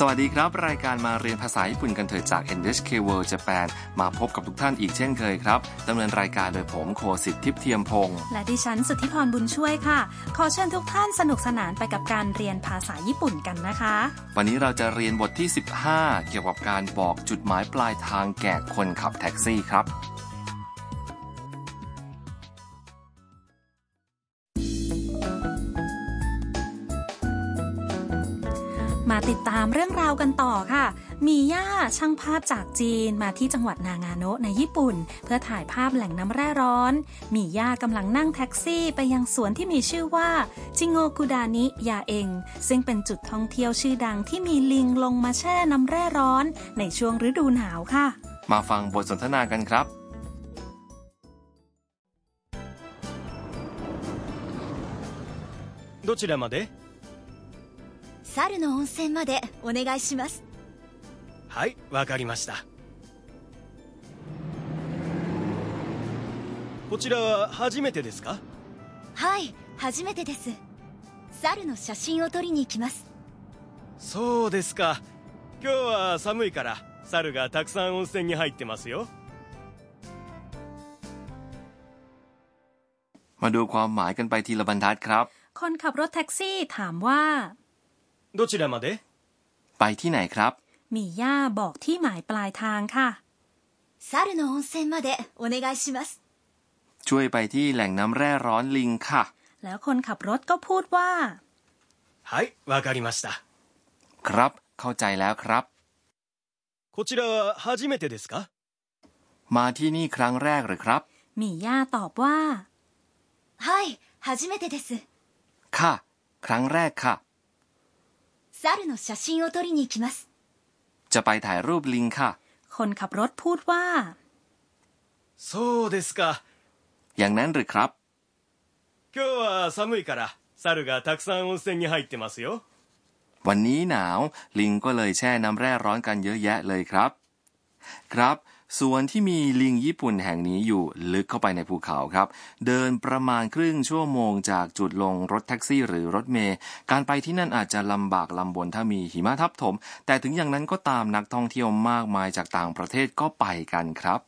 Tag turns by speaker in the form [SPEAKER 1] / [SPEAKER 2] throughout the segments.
[SPEAKER 1] สวัสดีครับ รายการมาเรียนภาษาญี่ปุ่นกันเถิดจาก NHK World Japan มาพบกับทุกท่านอีกเช่นเคยครับดำเนินรายการโดยผมโคสิทธิ์ทิพย์เทียมพงศ์
[SPEAKER 2] และดิฉันสุทธิพรบุญช่วยค่ะ ขอเชิญทุกท่านสนุกสนานไปกับการเรียนภาษาญี่ปุ่นกันนะคะ
[SPEAKER 1] วันนี้เราจะเรียนบทที่ 15 เกี่ยวกับการบอกจุดหมายปลายทางแก่คนขับแท็กซี่ครับ
[SPEAKER 2] มาติดตามเรื่องราวกันต่อค่ะ มีย่าช่างภาพจากจีนมาที่จังหวัดนางาโนะในญี่ปุ่น เพื่อถ่ายภาพแหล่งน้ำแร่ร้อน มีย่ากำลังนั่งแท็กซี่ไปยังสวนที่มีชื่อว่าจิโงคุดานิยาเอง ซึ่งเป็นจุดท่องเที่ยวชื่อดังที่มีลิงลงมาแช่น้ำแร่ร้อน ในช่วงฤดูหนาวค่ะ
[SPEAKER 1] มาฟังบทสนทนากันครับ
[SPEAKER 3] どちらまで
[SPEAKER 4] 猿の温泉までお願いします
[SPEAKER 3] はいわかりましたこちらは初めてですか
[SPEAKER 4] はい初めてです猿の写真を撮りに行きます
[SPEAKER 3] そうですか今日は寒いから猿がたくさん温泉に入ってますよ
[SPEAKER 1] มาดูความหมายกันไปทีละบรรทัดครับ
[SPEAKER 2] คนขับรถแท็กซี่ถามว่า
[SPEAKER 3] どちらまで
[SPEAKER 1] ไปที่ไหนครับ
[SPEAKER 2] มีย่าบอกที่หมายปลายทางค่ะ
[SPEAKER 4] 猿の温泉までお願いします
[SPEAKER 1] ช่วยไปที่แหล่งน้ำแร่ร้อนลิงค่ะ
[SPEAKER 2] แล้วคนขับรถก็พูดว่า
[SPEAKER 3] はいわかりました
[SPEAKER 1] ครับ เข้าใจแล้วครับ
[SPEAKER 3] こちらは初めてですか
[SPEAKER 1] มาที่นี่ครั้งแรกหรือครับ
[SPEAKER 2] มีย่าตอบว่า
[SPEAKER 4] はい初めてです
[SPEAKER 1] ค่ะ ครั้งแรกค่ะ
[SPEAKER 4] 猿の写真を撮りに行きます
[SPEAKER 1] จะไปถ่ายรูปลิงค่ะ
[SPEAKER 2] คนขับรถพูดว่า
[SPEAKER 3] そうですか
[SPEAKER 1] อย่างนั้นหรือครับ
[SPEAKER 3] 今日は寒いから猿がたくさん温泉に入ってますよ
[SPEAKER 1] วันนี้หนาว ลิงก็เลยแช่น้ำแร่ร้อนกันเยอะแยะเลยครับ ครับส่วนที่มีลิงญี่ปุ่นแห่งนี้อยู่ลึกเข้าไปในภูเขาครับ เดินประมาณครึ่งชั่วโมงจากจุดลงรถแท็กซี่หรือรถเมล์การไปที่นั่นอาจจะลำบากลำบนถ้ามีหิมะทับถม แต่ถึงอย่างนั้นก็ตามนักท่องเที่ยวมากมายจากต่างประเทศก็ไปกันครับ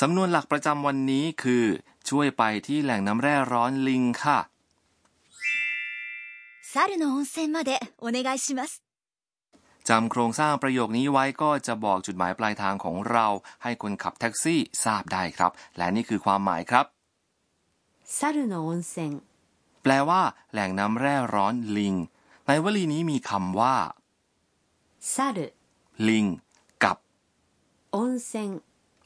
[SPEAKER 1] สำนวนหลักประจำวันนี้คือ ช่วยไปที่แหล่งน้ำแร่ร้อนลิงค่ะ
[SPEAKER 4] 猿の温泉までお願いします
[SPEAKER 1] จำโครงสร้างประโยคนี้ไว้ก็จะบอกจุดหมายปลายทางของเรา ให้คนขับแท็กซี่ทราบได้ครับ และนี่คือความหมายครับ
[SPEAKER 4] 猿の温泉
[SPEAKER 1] แปลว่า แหล่งน้ำแร่ร้อนลิง ในวลีนี้มีคำว่า
[SPEAKER 4] 猿
[SPEAKER 1] ลิง กับ
[SPEAKER 4] 温泉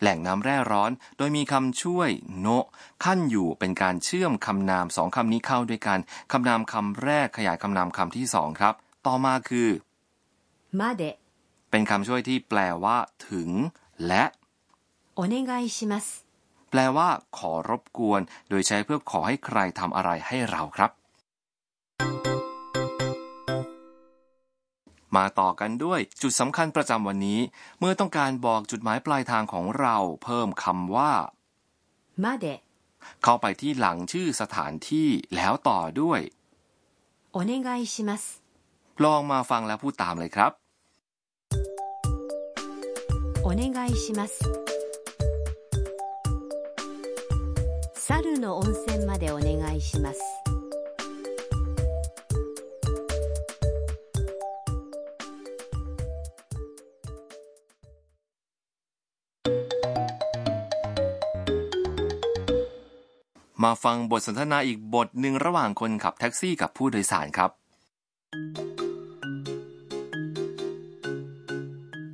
[SPEAKER 1] แหล่งน้ำแร่ร้อน โดยมีคำช่วย โนะขั้นอยู่เป็นการเชื่อมคำนามสองคำนี้เข้าด้วยกันคำนามคำแรกขยายคำนามคำที่สองครับ ต่อมาคือ
[SPEAKER 4] まで
[SPEAKER 1] เป็นคำช่วยที่แปลว่า ถึง และ
[SPEAKER 4] お願いします
[SPEAKER 1] แปลว่า ขอรบกวน โดยใช้เพื่อขอให้ใครทำอะไรให้เราครับ มาต่อกันด้วยจุดสำคัญประจำวันนี้ เมื่อต้องการบอกจุดหมายปลายทางของเรา เพิ่มคำว่า
[SPEAKER 4] まで
[SPEAKER 1] เข้าไปที่หลังชื่อสถานที่แล้วต่อด้วย
[SPEAKER 4] お願いします
[SPEAKER 1] ลองมาฟังและพูดตามเลยครับ
[SPEAKER 4] お願いします猿の温泉までお願いします
[SPEAKER 1] มาฟังบทสนทนาอีกบทหนึ่งระหว่างคนขับแท็กซี่กับผู้โดยสารครับ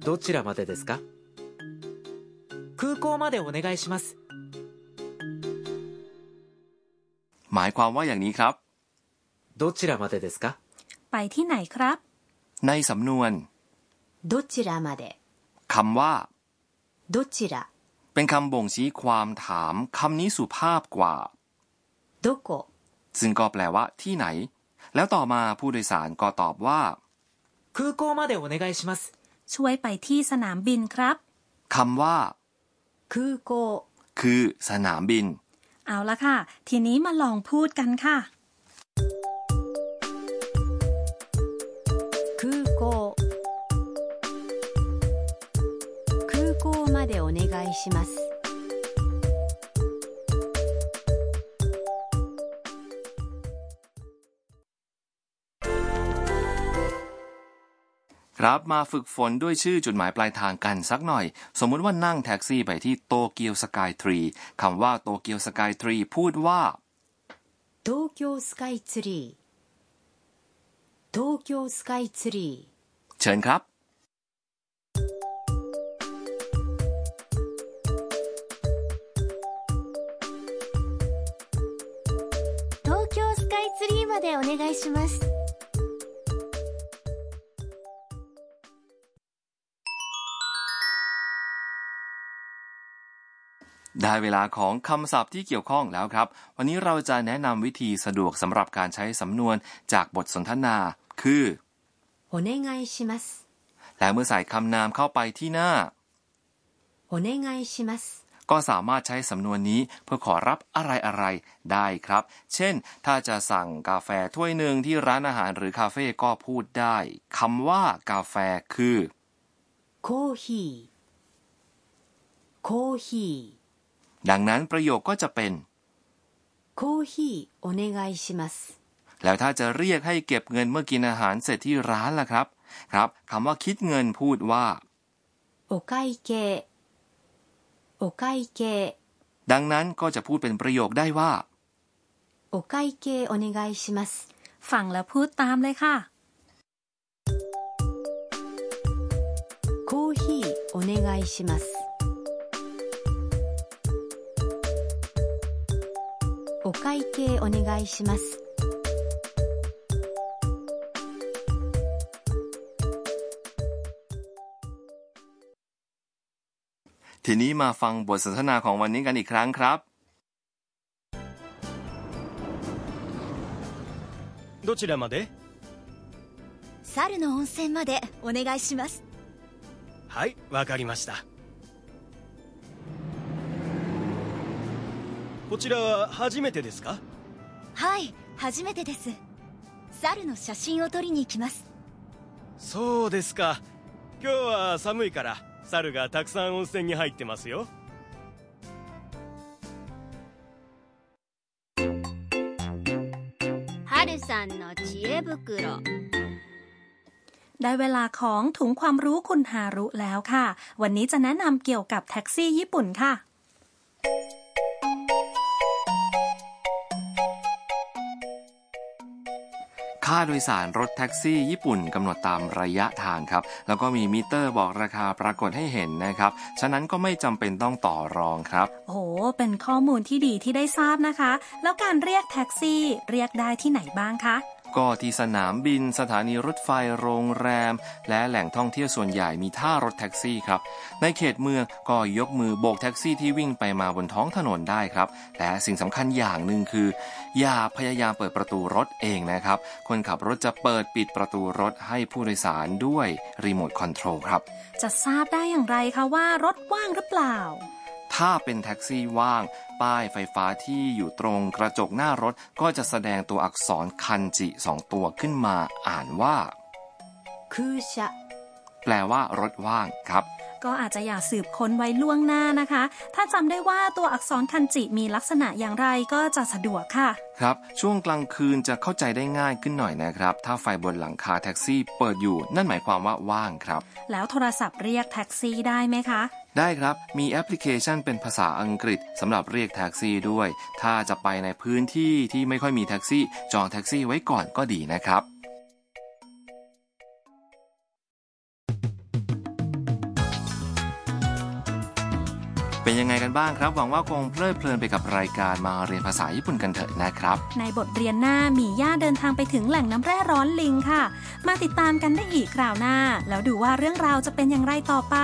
[SPEAKER 5] どちらまでですか空港までお願いします
[SPEAKER 1] หมายความว่าอย่างนี้ครับ
[SPEAKER 5] どちらまでですか
[SPEAKER 2] ไปที่ไหนครับ
[SPEAKER 1] ในสำนวน
[SPEAKER 4] どちらまで
[SPEAKER 1] คำว่า
[SPEAKER 4] どちら
[SPEAKER 1] เป็นคำบ่งชี้ความถามคำนี้สุภาพกว่า
[SPEAKER 4] どこ
[SPEAKER 1] ซึ่งก็แปลว่า ที่ไหน แล้วต่อมาผู้โดยสารก็ตอบว่า
[SPEAKER 5] 空港までお願いします
[SPEAKER 2] ช่วยไปที่สนามบินครับ
[SPEAKER 1] คำว่า
[SPEAKER 4] 空港
[SPEAKER 1] คือ สนามบิน
[SPEAKER 2] เอาละค่ะ ทีนี้มาลองพูดกันค่ะ
[SPEAKER 4] 空港空港までお願いします
[SPEAKER 1] ครับ มาฝึกฝนด้วยชื่อจุดหมายปลายทางกันสักหน่อย สมมุติว่านั่งแท็กซี่ไปที่โตเกียวสกายทรีคำว่าโตเกียวสกายทรีพูดว่า
[SPEAKER 4] 東京スカイツリー東京スカイツリ
[SPEAKER 1] เชิญครับ
[SPEAKER 4] ー東京スカイツリーまでお願いします
[SPEAKER 1] ได้เวลาของคำศัพท์ที่เกี่ยวข้องแล้วครับ วันนี้เราจะแนะนำวิธีสะดวกสำหรับการใช้สำนวนจากบทสนทนา คือ
[SPEAKER 4] お願いします
[SPEAKER 1] และเมื่อใส่คำนามเข้าไปที่หน้า
[SPEAKER 4] お願いします
[SPEAKER 1] ก็สามารถใช้สำนวนนี้เพื่อขอรับอะไรอะไรๆได้ครับ เช่น ถ้าจะสั่งกาแฟถ้วยหนึ่งที่ร้านอาหารหรือคาเฟ่ก็พูดได้คำว่ากาแฟคือ
[SPEAKER 4] コーヒーコーヒー
[SPEAKER 1] ดังนั้นประโยคก็จะเป็น
[SPEAKER 4] コーヒーお願いします
[SPEAKER 1] แล้วถ้าจะเรียกให้เก็บเงินเมื่อกินอาหารเสร็จที่ร้านล่ะครับ ครับคำว่าคิดเงินพูดว่า
[SPEAKER 4] お会計お会計
[SPEAKER 1] ดังนั้นก็จะพูดเป็นประโยคได้ว่า
[SPEAKER 4] お会計お願いします
[SPEAKER 2] ฟังแล้วพูดตามเลยค่ะ
[SPEAKER 4] コーヒーお願いしますお会計お願いします
[SPEAKER 1] ทีนี้มาฟังบทสนทนาของวันนี้กันอีกครั้งครับ
[SPEAKER 3] どちらまで
[SPEAKER 4] 猿の温泉までお願いします
[SPEAKER 3] はいわかりましたこちらは初めてですか
[SPEAKER 4] はい初めてです猿の写真を撮りに行きます
[SPEAKER 3] そうですか今日は寒いから猿がたくさん温泉に入ってますよ
[SPEAKER 6] 春さんの知恵袋
[SPEAKER 2] ได้เวลาของถุงความรู้คุณฮารุแล้วค่ะ วันนี้จะแนะนำเกี่ยวกับแท็กซี่ญี่ปุ่นค่ะ
[SPEAKER 1] ค่าโดยสารรถแท็กซี่ญี่ปุ่นกำหนดตามระยะทางครับ แล้วก็มีมิเตอร์บอกราคาปรากฏให้เห็นนะครับ ฉะนั้นก็ไม่จำเป็นต้องต่อรองครับ
[SPEAKER 2] โอ้โห เป็นข้อมูลที่ดีที่ได้ทราบนะคะ แล้วการเรียกแท็กซี่เรียกได้ที่ไหนบ้างคะ
[SPEAKER 1] ก็ที่สนามบินสถานีรถไฟโรงแรม และแหล่งท่องเที่ยวส่วนใหญ่มีท่ารถแท็กซี่ครับ ในเขตเมืองก็ยกมือโบกแท็กซี่ที่วิ่งไปมาบนท้องถนนได้ครับ และสิ่งสำคัญอย่างหนึ่งคือ อย่าพยายามเปิดประตูรถเองนะครับ คนขับรถจะเปิดปิดประตูรถให้ผู้โดยสารด้วยรีโมทคอนโทรลครับ
[SPEAKER 2] จะทราบได้อย่างไรคะว่ารถว่างหรือเปล่า
[SPEAKER 1] ถ้าเป็นแท็กซี่ว่าง ป้ายไฟฟ้าที่อยู่ตรงกระจกหน้ารถก็จะแสดงตัวอักษรคันจิสองตัวขึ้นมาอ่านว่า
[SPEAKER 4] 空車
[SPEAKER 1] แปลว่ารถว่างครับ
[SPEAKER 2] ก็อาจจะอย่าสืบค้นไว้ล่วงหน้านะคะ ถ้าจำได้ว่าตัวอักษรคันจิมีลักษณะอย่างไรก็จะสะดวกค่ะ
[SPEAKER 1] ครับ ช่วงกลางคืนจะเข้าใจได้ง่ายขึ้นหน่อยนะครับ ถ้าไฟบนหลังคาแท็กซี่เปิดอยู่ นั่นหมายความว่าว่างครับ
[SPEAKER 2] แล้วโทรศัพท์เรียกแท็กซี่ได้ไหมคะ
[SPEAKER 1] ได้ครับ มีแอปพลิเคชันเป็นภาษาอังกฤษสำหรับเรียกแท็กซี่ด้วย ถ้าจะไปในพื้นที่ที่ไม่ค่อยมีแท็กซี่ จองแท็กซี่ไว้ก่อนก็ดีนะครับ เป็นยังไงกันบ้างครับ หวังว่าคงเพลิดเพลินไปกับรายการมาเรียนภาษาญี่ปุ่นกันเถอะนะครับ
[SPEAKER 2] ในบทเรียนหน้าหมีย่าเดินทางไปถึงแหล่งน้ำแร่ร้อนลิงค่ะ มาติดตามกันได้อีกคราวหน้า แล้วดูว่าเรื่องราวจะเป็นอย่างไรต่อไป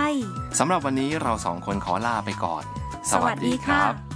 [SPEAKER 1] สำหรับวันนี้เราสองคนขอลาไปก่อน
[SPEAKER 2] สวัสดีค่ะ